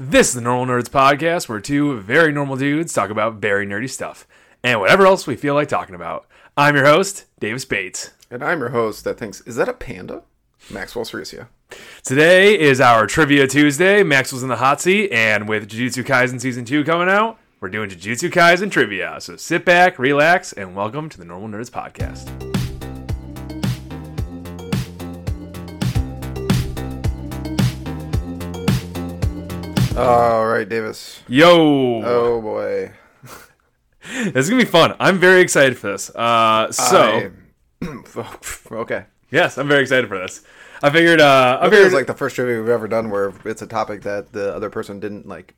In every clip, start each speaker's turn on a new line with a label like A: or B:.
A: This is the Normal Nerds Podcast, where two very normal dudes talk about very nerdy stuff and whatever else we feel like talking about. I'm your host, Davis Bates.
B: And I'm your host that thinks, is that a panda? Maxwell Ceresia.
A: Today is our Trivia Tuesday. Maxwell's in the hot seat, and with Jujutsu Kaisen Season 2 coming out, we're doing Jujutsu Kaisen trivia. So sit back, relax, and welcome to the Normal Nerds Podcast. Uh-huh.
B: All right, Davis.
A: Yo!
B: Oh boy.
A: This is going to be fun. I'm very excited for this. Uh, so,
B: I- okay.
A: yes, I'm very excited for this. I figured, uh, I
B: I think
A: figured,
B: it's like the first trivia we've ever done where it's a topic that the other person didn't like,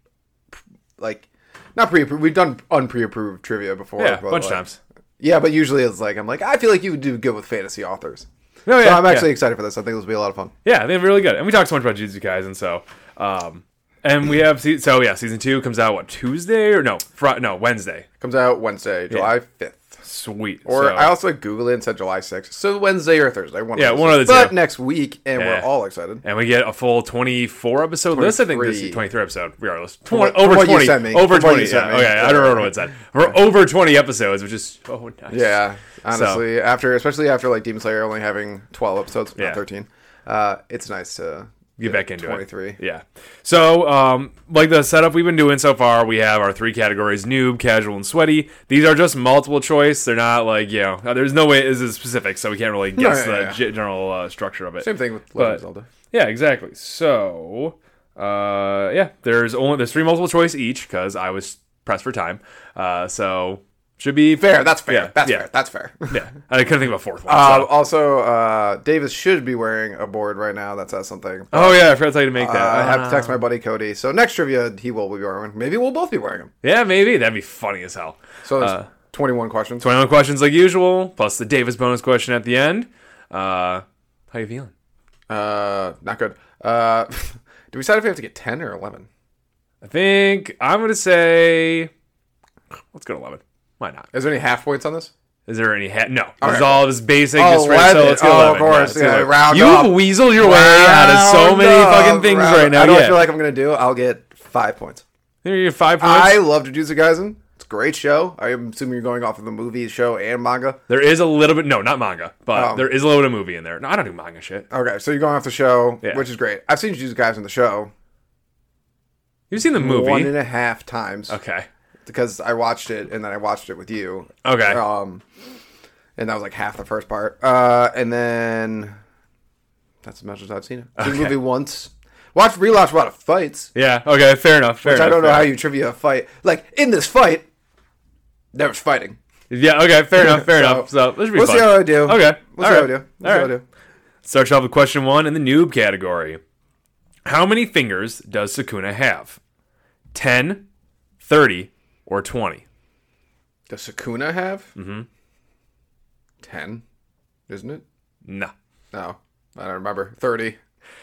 B: p- like, not pre-approved. We've done unpre-approved trivia before.
A: yeah, a
B: but,
A: bunch of
B: like-
A: times.
B: Yeah, but usually it's like I'm like I feel like you would do good with fantasy authors.
A: No,
B: so I'm
A: Oh, yeah.
B: actually excited for this. I think this will be a lot of fun.
A: Yeah, they're really good. And we talked so much about Jujutsu Kaisen, so um, and we have se- so yeah, season two comes out what Tuesday or no, Fri no Wednesday.
B: Comes out Wednesday, July fifth.
A: Sweet.
B: Or
A: So-
B: I also googled it and said July sixth. So Wednesday or Thursday. One
A: Yeah,
B: of those
A: one of
B: days.
A: the two.
B: But next week, and
A: Yeah.
B: we're all excited.
A: and we get a full twenty-four episode list. I think this
B: 23.
A: twenty-three episode, regardless. Tw-
B: what- from
A: over
B: what you
A: twenty,
B: sent me.
A: over
B: From what
A: twenty.
B: you sent
A: Yeah,
B: me.
A: okay, I don't remember what it said. We're over twenty episodes, which is so nice.
B: Yeah, honestly, after especially after like Demon Slayer only having twelve episodes,
A: Yeah.
B: not thirteen, uh, it's nice to
A: get back into it.
B: 23.
A: Yeah. So, um, like the setup we've been doing so far, we have our three categories: noob, casual, and sweaty. These are just multiple choice. They're not like you know. There's no way this is specific, so we can't really guess
B: yeah,
A: the
B: yeah.
A: ge- general uh, structure of it.
B: Same thing with
A: But-
B: Legend of Zelda.
A: Yeah, exactly. So, uh, yeah, there's only there's three multiple choice each because I was pressed for time. Uh, so should be
B: Fair, that's fair.
A: Yeah,
B: that's
A: yeah.
B: fair. That's fair.
A: Yeah, I couldn't think of a fourth one.
B: Uh,
A: so.
B: also, uh, Davis should be wearing a board right now that says something.
A: Oh yeah, I forgot to tell you to make
B: Uh,
A: that.
B: I have to text my buddy Cody. So next trivia, he will be wearing. one. Maybe we'll both be wearing them.
A: yeah, maybe that'd be funny as hell.
B: So there's
A: Uh,
B: 21 questions.
A: 21 questions like usual, plus the Davis bonus question at the end. Uh, how you feeling?
B: Uh, not good. Uh, do we decide if we have to get 10 or 11?
A: I think I'm going to say, let's go to 11. Why not?
B: Is there any half points on this?
A: Is there any hat? No. this is
B: right.
A: all just basic.
B: Oh,
A: just right, so
B: 11.
A: let's go
B: Oh,
A: 11.
B: of course,
A: let's go
B: yeah,
A: 11.
B: round
A: You've
B: up.
A: weaseled your way out of so many
B: Round
A: fucking things
B: up,
A: right now.
B: I don't
A: yeah.
B: feel like I'm gonna do. I'll get five points.
A: There you go, five points.
B: I love Jujutsu Kaisen. It's a great show. I'm assuming you're going off of the movie, show, and manga.
A: there is a little bit, no, not manga, but
B: Oh.
A: there is a little bit of movie in there. No, I don't do manga shit.
B: Okay, so you're going off the show,
A: Yeah.
B: which is great. I've seen Jujutsu Kaisen the show
A: You've seen the movie.
B: one and a half times
A: okay.
B: because I watched it and then I watched it with you.
A: Okay.
B: Um, and that was like half the first part. Uh, and then that's as much as I've seen it. Seen the movie once. Watched rewatched a lot of fights.
A: Yeah. Okay. Fair enough. Fair
B: Which I
A: enough,
B: don't know
A: fair
B: how you trivia a fight. Like in this fight, there was fighting.
A: Yeah. Okay. Fair enough. Fair
B: So,
A: enough. So this should be
B: We'll
A: fun.
B: see how I do.
A: Okay.
B: We'll
A: All
B: see how I
A: right.
B: do. We'll
A: All
B: see how I
A: right.
B: do.
A: Starts off with question one in the noob category. How many fingers does Sukuna have? 10, 30, or 20?
B: Does Sakuna have? Mm-hmm. Ten, isn't it?
A: No.
B: No, I don't remember. Thirty.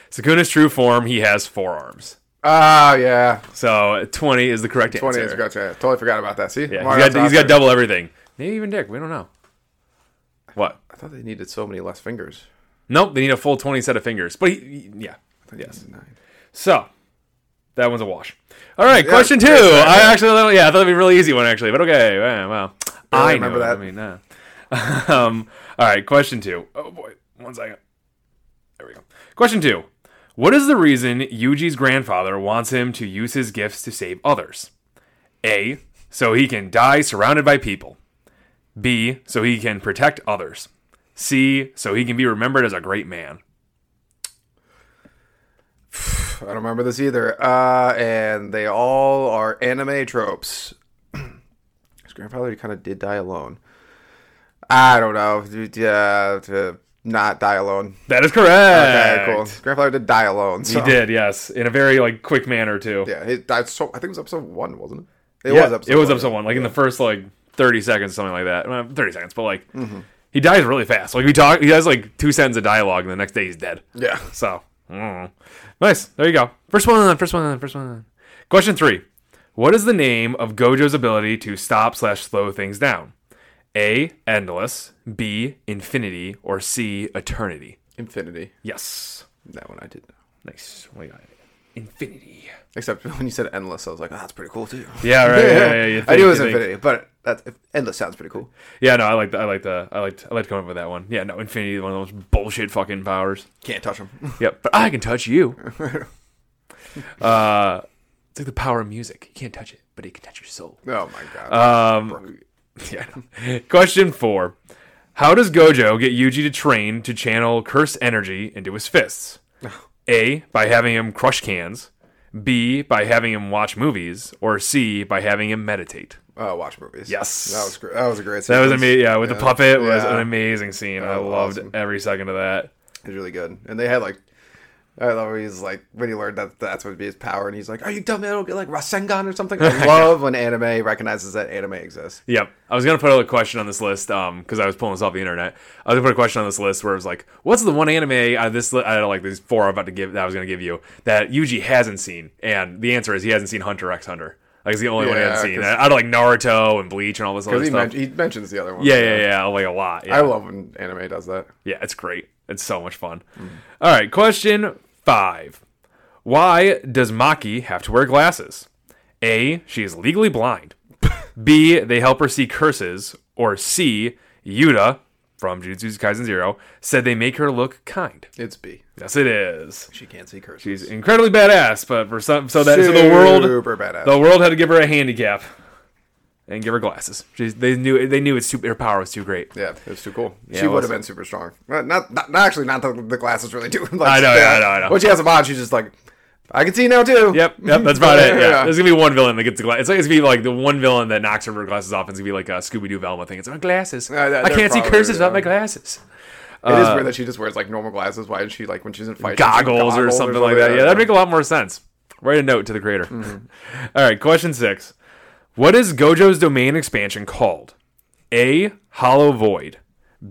A: Sukuna's true form, he has four arms.
B: Ah, yeah.
A: So 20 is the correct
B: Twenty
A: answer.
B: is gotcha. Totally forgot about that. See,
A: Yeah,
B: Mario
A: he's got, he's
B: Kart.
A: got double everything. Maybe even Dick. We don't know. What?
B: I thought they needed so many less fingers.
A: Nope. They need a full 20 set of fingers. But he, he- yeah. Yes.
B: Nine.
A: So that one's a wash. All right, question two.
B: yeah, yeah,
A: I actually, thought- yeah, I thought it'd be a really easy one actually, but okay. Wow, wow. I, remember
B: remember
A: that. I
B: that.
A: mean, nah. um, all right, question two. Oh boy, one second. There we go. Question two. What is the reason Yuji's grandfather wants him to use his gifts to save others? A. So he can die surrounded by people. B. So he can protect others. C. So he can be remembered as a great man.
B: I don't remember this either. Uh, and they all are anime tropes. His grandfather kind of did die alone. I don't know. Yeah, to not die alone.
A: That is correct.
B: Okay, cool. His grandfather did die alone. So.
A: He did, yes, in a very like quick manner too.
B: Yeah, he died. So I think it was episode one, wasn't it?
A: Yeah, it was
B: one.
A: episode one, like in the first like thirty seconds, something like that. Well, thirty seconds, but like
B: Mm-hmm.
A: he dies really fast. Like we talk, he has like two sentences of dialogue, and the next day he's dead.
B: Yeah.
A: So mm. nice. There you go. First one. First one. First one. Question three. What is the name of Gojo's ability to stop slash slow things down? A. Endless. B. Infinity. Or C. Eternity.
B: Infinity.
A: Yes.
B: That one I did. know.
A: Nice. What do you got? infinity.
B: Except when you said endless, I was like, oh, that's pretty cool too.
A: Yeah, right. Yeah, yeah, yeah.
B: I knew it was
A: You think-
B: infinity, but that's endless sounds pretty cool.
A: Yeah, no, I like the, I like the, I like, I like coming up with that one. Yeah, no, infinity, one of those bullshit fucking powers.
B: Can't touch them.
A: Yep, but I can touch you. uh, it's like the power of music. You can't touch it, but it can touch your soul.
B: oh my god.
A: Um, yeah. no. Question four: How does Gojo get Yuji to train to channel curse energy into his fists? A. By having him crush cans. B. By having him watch movies. Or C. By having him meditate.
B: Uh, watch movies.
A: Yes.
B: that was great. That was a great.
A: That was
B: sequence.
A: amazing. Yeah, with the puppet was
B: Yeah.
A: an amazing scene. I
B: was
A: loved
B: awesome.
A: every second of that.
B: It was really good, and they had like. I love when he's like when he learned that that's what would be his power, and he's like, "Are you dumb? I don't get like Rasengan or something." I love when anime recognizes that anime exists.
A: Yep. I was gonna put a question on this list because I was pulling this off the internet. I was gonna put a question on this list where it was like, "What's the one anime out of this li- out of like these four I'm about to give that I was gonna give you that Yuji hasn't seen?" And the answer is he hasn't seen Hunter x Hunter. Like it's the only one he hasn't
B: Yeah,
A: seen
B: 'cause-
A: out of like Naruto and Bleach and all this other
B: Because he,
A: stuff.
B: men- he mentions the other one.
A: yeah, yeah, yeah, like a lot. Yeah.
B: I love when anime does that.
A: Yeah, it's great. It's so much fun. All right, question five. Why does Maki have to wear glasses? A. She is legally blind. B. They help her see curses. Or C. Yuta from Jujutsu Kaisen Zero said they make her look kind.
B: It's B.
A: Yes, it is.
B: She can't see curses.
A: She's incredibly badass, but for some, so that so the world,
B: super badass.
A: the world had to give her a handicap and give her glasses. She's, they knew they knew it's too, her power was too great.
B: yeah, it was too cool.
A: it
B: she would
A: was.
B: have been super strong. Not, not, not actually, not the, the glasses really do. like,
A: I know, yeah, I know, I know.
B: When she has a mod, she's just like, "I can see now too."
A: Yep, yep, that's about it. Yeah.
B: Yeah.
A: there's gonna be one villain that gets the glass. It's like it's gonna be like the one villain that knocks over her glasses off. And it's gonna be like a Scooby Doo Velma thing. It's my glasses.
B: Yeah, that-
A: I
B: they're
A: can't see
B: probably,
A: curses without
B: yeah.
A: my glasses.
B: It is weird that she just wears like normal glasses. Why is she like when she's in fight?
A: Uh, Goggles, or something like that. Yeah, that'd make a lot more sense. Write a note to the creator.
B: Mm-hmm.
A: All right, question six. What is Gojo's domain expansion called? A. Hollow Void.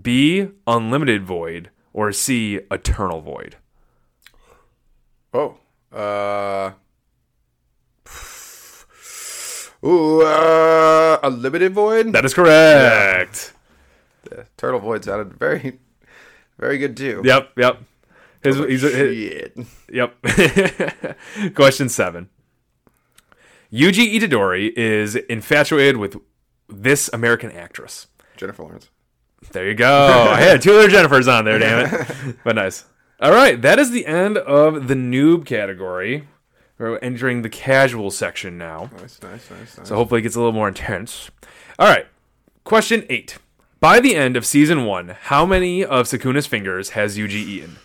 A: B. Unlimited Void. Or C. Eternal Void.
B: Oh. Uh. Ooh, uh, a limited void.
A: That is correct.
B: Turtle void sounded very, very good too.
A: Yep, yep. His, he's, his,
B: Shit.
A: Yep. Question seven. Yuji Itadori is infatuated with this American actress.
B: Jennifer Lawrence.
A: There you go. I had two other Jennifers on there, damn it. But nice. All right, that is the end of the noob category. We're entering the casual section now.
B: Nice, nice, nice, nice.
A: So hopefully it gets a little more intense. All right. Question eight. By the end of season one, how many of Sakuna's fingers has Yuji eaten?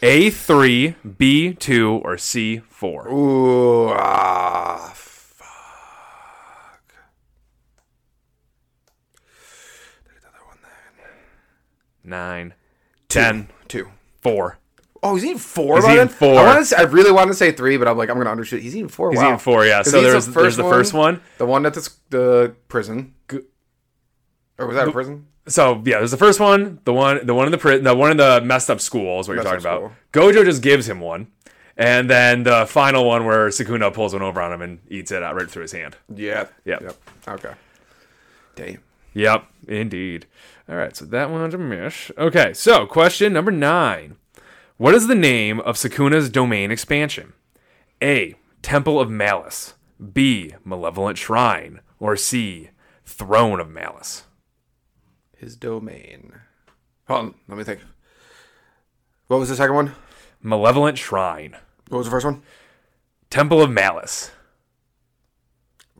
A: A three, B two, or C four?
B: Ooh, ah, fuck. Take another one there.
A: nine, ten,
B: Two.
A: four.
B: Oh, he's eating four.
A: He's
B: by
A: eating
B: then?
A: four.
B: I, wanted to say, I really wanted to say three, but I'm like, I'm gonna undershoot. He's eating four.
A: He's
B: wow.
A: eating four, yeah.
B: 'Cause
A: So
B: he's
A: there was- there's the first one.
B: the one at the, s- the prison. Or was that a prison?
A: So yeah, there's the first one, the one, the one in the pri- the one in the messed up school is what you're
B: Messed
A: talking
B: up
A: about. Gojo just gives him one, and then the final one where Sukuna pulls one over on him and eats it out right through his hand.
B: Yeah.
A: Yep.
B: Yep. Okay. Damn.
A: Yep, indeed. All right, so that one's a mish. Okay, so question number nine: What is the name of Sukuna's domain expansion? A. Temple of Malice. B. Malevolent Shrine. Or C. Throne of Malice.
B: His domain. Hold on. Let me think. What was the second one?
A: Malevolent Shrine.
B: What was the first one?
A: Temple of Malice.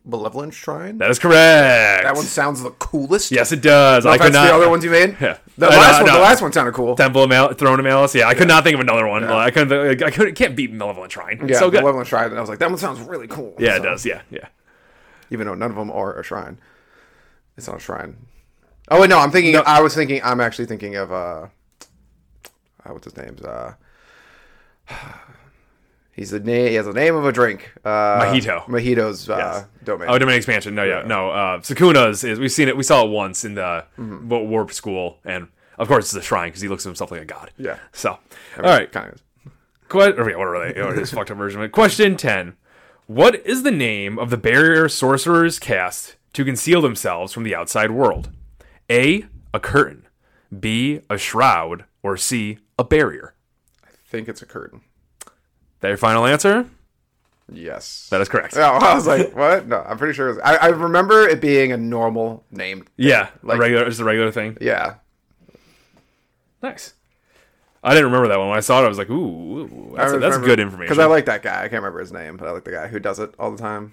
B: Malevolent Shrine.
A: That is correct.
B: That one sounds the coolest.
A: Yes, it does. I
B: That's
A: could not.
B: the other ones you made.
A: Yeah.
B: The
A: Uh,
B: last
A: no,
B: one.
A: no.
B: The last one sounded cool.
A: Temple of Mal- Throne of Malice. Yeah, I could not think of another one. I couldn't. I couldn't. Can't beat Malevolent Shrine. It's
B: yeah.
A: so good.
B: Malevolent Shrine. And I was like, that one sounds really cool.
A: yeah, it
B: So,
A: does. Yeah, yeah.
B: Even though none of them are a shrine. It's not a shrine. Oh wait, no. I'm thinking. I was thinking. I'm actually thinking of uh, uh what's his name's uh. He's the name. He has the name of a drink. Uh,
A: Mojito.
B: Mojito's uh, domain.
A: Oh, domain expansion. No, yeah, no. Uh, Sukuna's is we've seen it. We saw it once in the
B: Mm-hmm.
A: wa- warp school, and of course it's a shrine because he looks at himself like a god.
B: Yeah.
A: So, all right.
B: Kind of.
A: Que- or, yeah, what are they? Or his fucked up version. of it. Question ten: What is the name of the barrier sorcerers cast to conceal themselves from the outside world? A. A curtain. B. A shroud. Or C. A barrier.
B: I think it's a curtain.
A: That your final answer?
B: Yes.
A: That is correct.
B: No, I was like, what? No, I'm pretty sure. It was, I, I remember it being a normal name.
A: Yeah,
B: Like-
A: a regular, just a regular thing.
B: Yeah.
A: Nice. I didn't remember that one. When I saw it, I was like, "Ooh, that's, that's good information."
B: Because I like that guy. I can't remember his name, but I like the guy who does it all the time.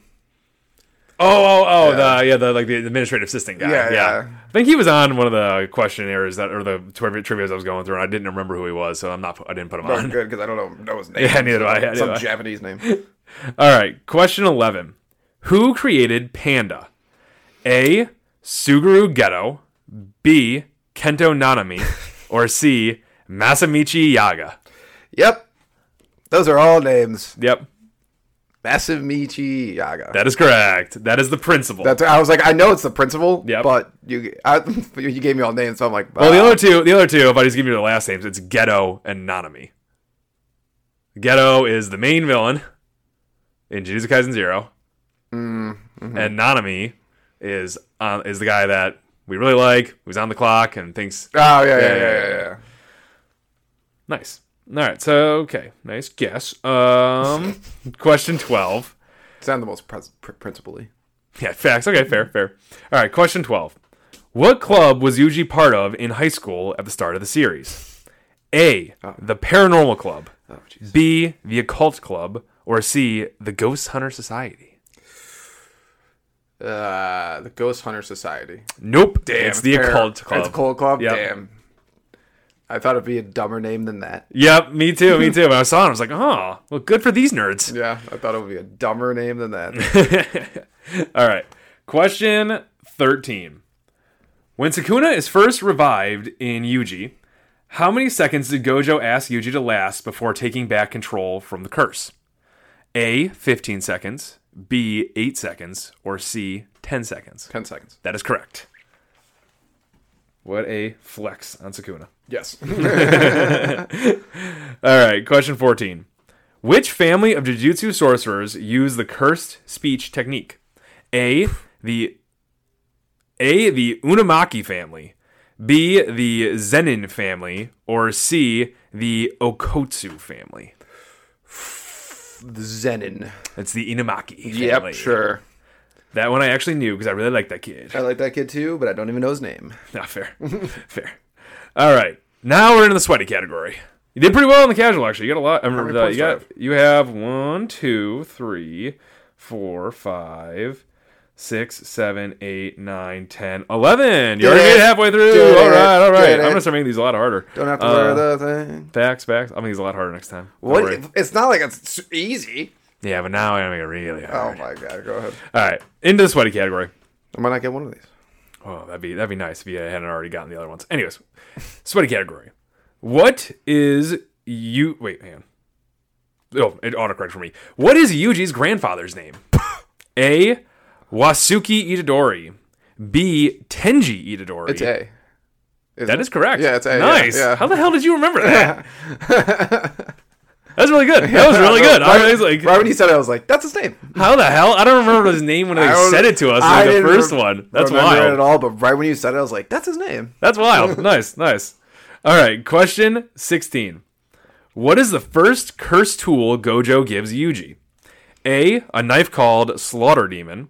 A: oh, oh, oh,
B: Yeah.
A: the yeah, the like the administrative assistant guy.
B: Yeah,
A: Yeah,
B: yeah.
A: I think he was on one of the questionnaires that or the trivia trivia's I was going through, and I didn't remember who he was, so I'm not. I didn't put him
B: Oh,
A: on.
B: good, because I don't know, know his name.
A: Yeah, neither do I, yeah,
B: Some
A: neither do I.
B: Japanese name.
A: All right, question eleven: Who created Panda? A. Suguru Ghetto. B. Kento Nanami, or C. Masamichi Yaga.
B: Yep. Those are all names.
A: Yep,
B: Massive Michi Yaga.
A: that is correct. That is the principal.
B: That's I was like, I know it's the principal,
A: Yep.
B: but you I, you gave me all names, so I'm like,
A: Well, the
B: ah.
A: other two, the other two, if I just give you the last names, it's Ghetto and Nanami. Ghetto is the main villain in Jujutsu Kaisen 0 and Nanami is uh, is the guy that we really like, who's on the clock and thinks
B: oh yeah, yeah, yeah, yeah, yeah, yeah.
A: nice. All right, so okay, nice guess. Um, question twelve.
B: Sound the most pres- pr- principally.
A: Yeah, facts. Okay, fair, fair. All right, question 12. What club was Yuji part of in high school at the start of the series? A. The Paranormal Club.
B: Oh, jeez.
A: B. The Occult Club. Or C. The Ghost Hunter Society.
B: Uh, the Ghost Hunter Society.
A: Nope. Damn, it's the
B: Fair.
A: Occult Club.
B: It's Cold Club.
A: Yep.
B: Damn. I thought it'd be a dumber name than that.
A: Yep, me too, me too. When I saw it, I was like, oh, well, good for these nerds.
B: Yeah, I thought it would be a dumber name than that.
A: All right. Question 13. When Sakuna is first revived in Yuji, how many seconds did Gojo ask Yuji to last before taking back control from the curse? A, 15 seconds, B, 8 seconds, or C, 10 seconds.
B: Ten seconds.
A: That is correct. What a flex on Sakuna.
B: Yes.
A: All right, question 14. Which family of Jujutsu sorcerers use the cursed speech technique? A, the A, the Unamaki family, B, the Zenin family, or C, the Okotsu family.
B: the Zenin.
A: That's the Inamaki family.
B: Yep. Sure.
A: That one I actually knew because I really like that kid.
B: I like that kid too, but I don't even know his name.
A: Not fair. fair. All right. Now we're into the sweaty category. You did pretty well in the casual, actually. You got a lot. I remember
B: many
A: that.
B: points
A: You,
B: do I
A: got, you have one, two, three, four, five, six, seven, eight, nine, ten, eleven. You
B: Did
A: already
B: it.
A: made it halfway through.
B: Did
A: all
B: it.
A: right, all right.
B: Did it.
A: I'm gonna start making these a lot harder.
B: Don't have to
A: Uh,
B: learn the thing.
A: Facts, facts. I'm gonna make these a lot harder next time. Don't
B: What?
A: worry.
B: It's not like it's s- easy.
A: Yeah, but now I'm gonna make it really hard.
B: Oh my god. Go ahead.
A: All right, into the sweaty category.
B: I might not get one of these.
A: Oh, that'd be that'd be nice if you hadn't already gotten the other ones. Anyways, sweaty category. What is you? Wait, hang on. Oh, it autocorrect for me. What is Yuji's grandfather's name? A. Wasuki Itadori. B. Tenji Itadori.
B: It's A.
A: That is correct.
B: Yeah, it's A, yeah,
A: Nice.
B: yeah.
A: How the hell did you remember that? That's really good. That was really good. I was like,
B: right when you said it, I was like, "That's his name."
A: how the hell? I don't remember his name when they
B: I don't-
A: said it to us.
B: I
A: Like the
B: didn't
A: first
B: rem-
A: one. That's
B: remember
A: wild.
B: it at all. But right when you said it, I was like, "That's his name."
A: That's wild. nice, nice. All right, question 16. What is the first curse tool Gojo gives Yuji? A, a knife called Slaughter Demon.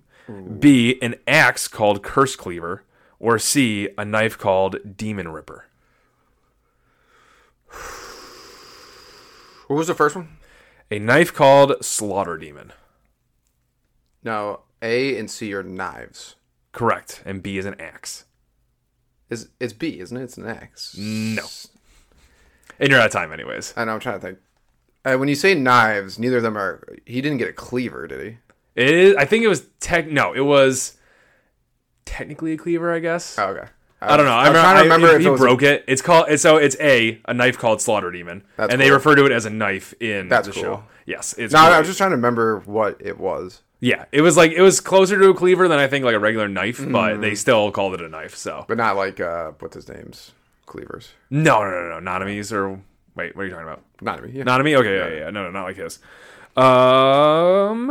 A: B, an axe called Curse Cleaver. Or C, a knife called Demon Ripper.
B: What was the first one?
A: A knife called Slaughter Demon.
B: No, A and C are knives.
A: Correct. And B is an axe.
B: Is it's B, isn't it? It's an X.
A: No. And you're out of time, anyways.
B: I know. I'm trying to think. Uh, when you say knives, neither of them are. He didn't get a cleaver, did he?
A: It is, I think it was tech. No, it was technically a cleaver, I guess.
B: Oh, okay.
A: I don't know. I,
B: was
A: remember,
B: trying
A: I,
B: to remember
A: he-
B: if
A: he
B: it was a-
A: broke it. It's called it's, so it's a a knife called Slaughter Demon,
B: That's
A: and they
B: cool.
A: refer to it as a knife in
B: That's
A: the
B: cool.
A: show. Yes, it's
B: No, I
A: great.
B: was just trying to remember what it was.
A: yeah. It was like it was closer to a cleaver than I think like a regular knife, but
B: Mm.
A: they still called it a knife. So
B: But not like uh, what's his name's cleavers.
A: no, no, no, no, Nonamies or wait, what are you talking about?
B: Not me. Yeah.
A: Nonomy? Okay, yeah, yeah, yeah. no, no, not like his. Um,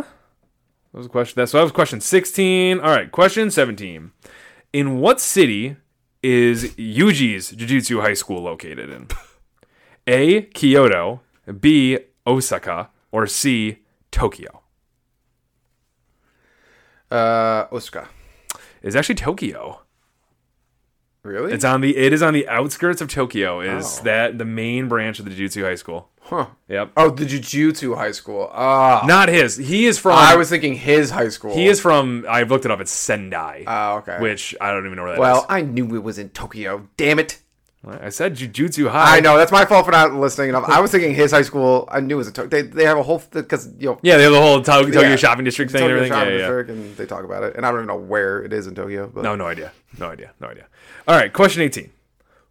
A: that was a question. That so that was question sixteen. All right, question seventeen. In what city is Yuji's Jujutsu High School located in? A. Kyoto. B. Osaka. Or C. Tokyo.
B: Uh, Osaka.
A: is actually Tokyo.
B: Really?
A: It's on the it is on the outskirts of Tokyo. Is
B: Oh.
A: that the main branch of the Jujutsu High School?
B: huh.
A: Yep.
B: Oh, the Jujutsu high school. Ah, Oh,
A: Not his. He is from.
B: I was thinking his high school.
A: He is from. I've looked it up. It's Sendai,
B: Ah, okay.
A: which I don't even know where that is.
B: well, I knew it was in Tokyo. Damn it.
A: I said Jujutsu High.
B: I know that's my fault for not listening enough. I was thinking his high school. I knew it was a Tokyo. They, they have a whole because you know
A: Yeah, they have the whole To- Tokyo
B: Yeah.
A: shopping district thing
B: Tokyo
A: and everything.
B: Shop
A: Yeah, yeah, yeah.
B: District, and they talk about it. And I don't even know where it is in Tokyo. But
A: No, no idea. No idea. No idea. All right, question 18.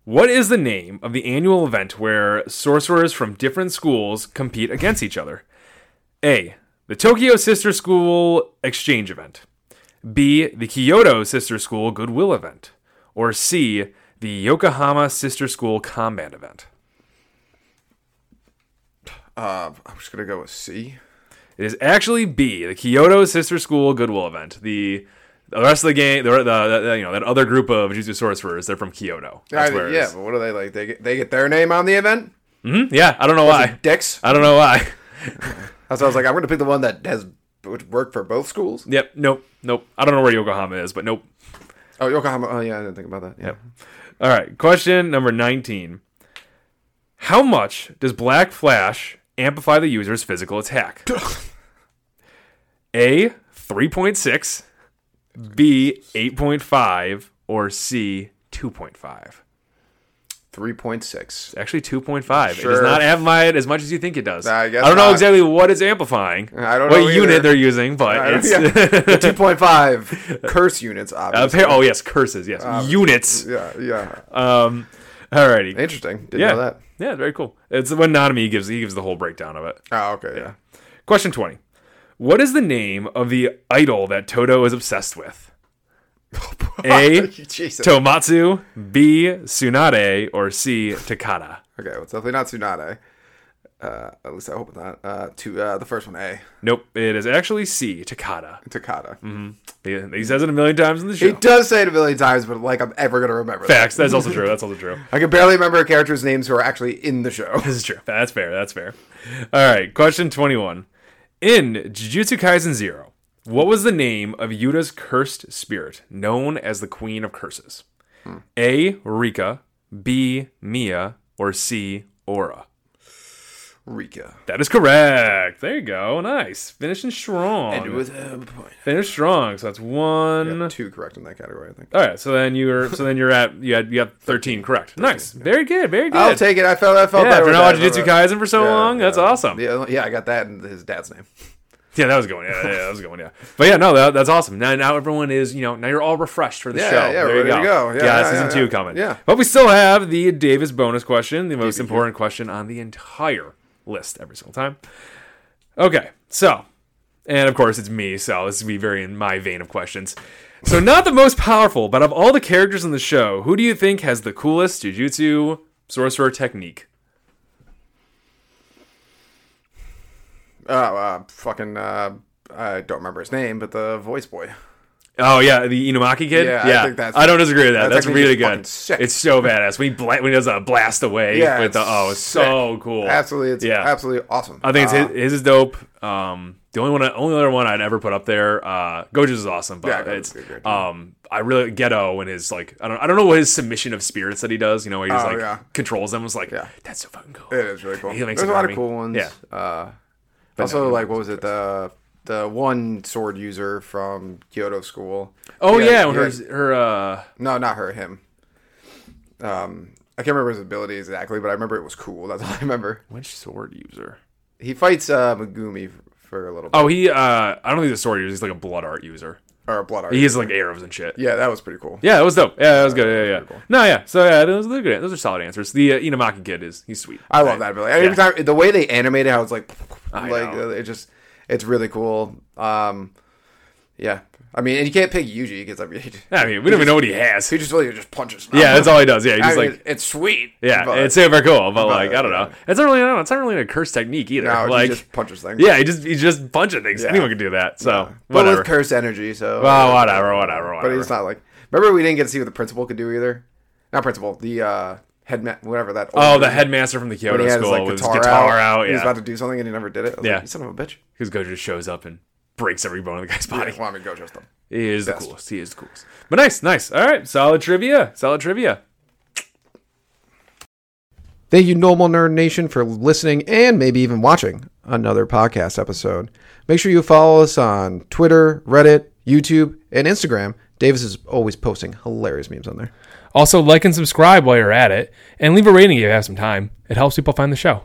A: What is the name of the annual event where sorcerers from different schools compete against each other? A. The Tokyo Sister School Exchange Event. B. The Kyoto Sister School Goodwill Event. Or C. The Yokohama Sister School Combat Event.
B: uh, I'm just gonna go with C.
A: It is actually B, the Kyoto Sister School Goodwill event. The the rest of the game, the, the, the you know that other group of Jujutsu sorcerers, they're from Kyoto. That's
B: I-
A: where it
B: yeah,
A: is.
B: but what are they like? They get, they get their name on the event.
A: Hmm? yeah. I don't know why.
B: Dicks.
A: I don't know why.
B: That's why I was like, I'm gonna pick the one that has would work for both schools.
A: Yep. Nope. Nope. I don't know where Yokohama is, but nope.
B: Oh, Yokohama. Oh yeah, I didn't think about that. Yeah.
A: All right. Question number nineteen. How much does Black Flash amplify the user's physical attack? A three point six, B eight point five, or C two point five.
B: Three point six.
A: It's actually 2.5. It does
B: Sure.
A: not amplify it as much as you think it does.
B: I guess
A: don't know
B: not.
A: exactly what it's amplifying.
B: I don't
A: what
B: know either.
A: unit they're using, but it's
B: Two point five curse units. Obviously.
A: Appa- oh yes, curses, yes, units.
B: Um, yeah. Yeah.
A: Um, alrighty,
B: Interesting. Didn't
A: yeah,
B: know that.
A: yeah, very cool. It's when Nanami gives he gives the whole breakdown of it.
B: Oh, okay. Yeah.
A: Question 20: What is the name of the idol that Toto is obsessed with? A.
B: Jesus.
A: Tomatsu, B. Tsunade, or C. Takada.
B: Okay, well, it's definitely not Tsunade. Uh, at least I hope not. Uh, to uh, the first one, A
A: Nope, it is actually C. Takada.
B: Takata.
A: Mm-hmm. He, he says it a million times in the show.
B: He does say it a million times, but like I'm ever gonna remember. that.
A: Facts. That's also true. That's also true.
B: I can barely remember characters' names who are actually in the show.
A: This is true. That's fair. That's fair. All right. Question 21. In Jujutsu Kaisen Zero, what was the name of Yuta's cursed spirit known as the Queen of Curses?
B: Hmm.
A: A. Rika. B. Mia. Or C. Aura.
B: Rika.
A: That is correct. There you go. Nice. Finishing strong.
B: With a point.
A: Finish strong. So that's one.
B: Two correct in that category, I think.
A: All right. So then you're. So then you're at. You had. You had 13 correct. Nice. Very good. Very good.
B: I'll take it. I felt. I felt
A: yeah,
B: better.
A: after
B: with
A: not watching
B: that.
A: Jujutsu Kaisen for so long, that's
B: Uh, yeah.
A: awesome.
B: Yeah, yeah, I got that and his dad's name.
A: Yeah, that was going. Yeah, yeah, that was going. Yeah, but yeah, no, that, that's awesome. Now, now everyone is, you know, now you're all refreshed for the
B: Yeah,
A: show.
B: yeah, yeah,
A: there you
B: ready
A: go.
B: to go.
A: Yeah,
B: Yeah, yeah,
A: season
B: yeah,
A: two
B: yeah.
A: coming.
B: Yeah.
A: but we still have the Davis bonus question, the most important question on the entire list every single time. Okay, so, and of course it's me, so this will be very in my vein of questions. So, not the most powerful, but of all the characters in the show, who do you think has the coolest jujutsu sorcerer technique?
B: Oh, uh, fucking. Uh, I don't remember his name, but the voice boy.
A: Oh yeah, the Inumaki kid. Yeah,
B: Yeah, I
A: I,
B: think that's-
A: don't disagree with that.
B: that
A: That's
B: technique
A: really
B: is fucking
A: good.
B: sick.
A: It's so badass when he bla- when he does a blast away
B: Yeah,
A: with the
B: it's
A: oh, it's
B: sick.
A: so cool.
B: Absolutely, it's
A: yeah.
B: absolutely awesome.
A: I think it's
B: Uh,
A: his, his is dope. Um, the only one, only other one I'd ever put up there. Uh, Gojo's is awesome, but
B: Yeah,
A: it's
B: Gojo's good, good.
A: um, I really ghetto and his like I don't I don't know what his submission of spirits that he does. You know, where he just
B: Oh,
A: like
B: yeah.
A: controls them. It's like that's so fucking cool.
B: It is really cool.
A: He makes
B: There's
A: it
B: a lot
A: army.
B: of cool ones.
A: Yeah.
B: Uh, also, like, what was it? The the one sword user from Kyoto School.
A: Oh
B: He
A: yeah,
B: had-
A: when
B: he
A: her
B: had-
A: her uh,
B: no, not her. Him. Um, I can't remember his ability exactly, but I remember it was cool. That's all I remember.
A: which sword user?
B: He fights uh, Megumi f- for a little bit,
A: Oh, he uh, I don't think he's a sword user. He's like a blood art user.
B: or a blood art.
A: Oh. He has like arrows and shit.
B: yeah, that was pretty cool.
A: Yeah, that was dope. Yeah, that was good. Yeah, yeah. No, yeah. So yeah, those are good. Those are solid answers. The uh, Inamaki kid is he's sweet.
B: I love that ability. Every time the way they animate it, how it's like, like
A: know.
B: uh, it just, it's really cool. Um, yeah, I mean, and you can't pick Yuji because I mean, he,
A: I mean, we don't even know what he has.
B: he just really just punches.
A: Yeah, that's all he does. Yeah, he's
B: I
A: just
B: mean,
A: like
B: it's sweet.
A: yeah,
B: but-
A: it's super cool. But like,
B: but-
A: I don't know. It's not really, I don't know, it's not really a cursed technique either.
B: no,
A: like,
B: he just punches things.
A: yeah, he just he's just punching things. Anyone can do that. So
B: but
A: whatever.
B: with cursed energy, so.
A: oh, whatever, whatever,
B: but
A: whatever.
B: it's not like. Remember, we didn't get to see what the principal could do either. Not principal, the uh, head, ma- whatever that.
A: oh, the headmaster from the Kyoto
B: he had
A: school
B: his like
A: with his
B: guitar,
A: guitar out.
B: He was
A: yeah,
B: about to do something and he never did it. I was
A: Yeah.
B: like, you son of a bitch.
A: because Gojo just shows up and breaks every bone in the guy's body.
B: Yeah, well, I mean, Gojo's the
A: He is the coolest. He is the coolest. But nice, nice. All right, solid trivia. Solid trivia.
B: Thank you, Normal Nerd Nation, for listening and maybe even watching another podcast episode. Make sure you follow us on Twitter, Reddit, YouTube, and Instagram. Davis is always posting hilarious memes on there.
C: Also, like and subscribe while you're at it, and leave a rating if you have some time. It helps people find the show.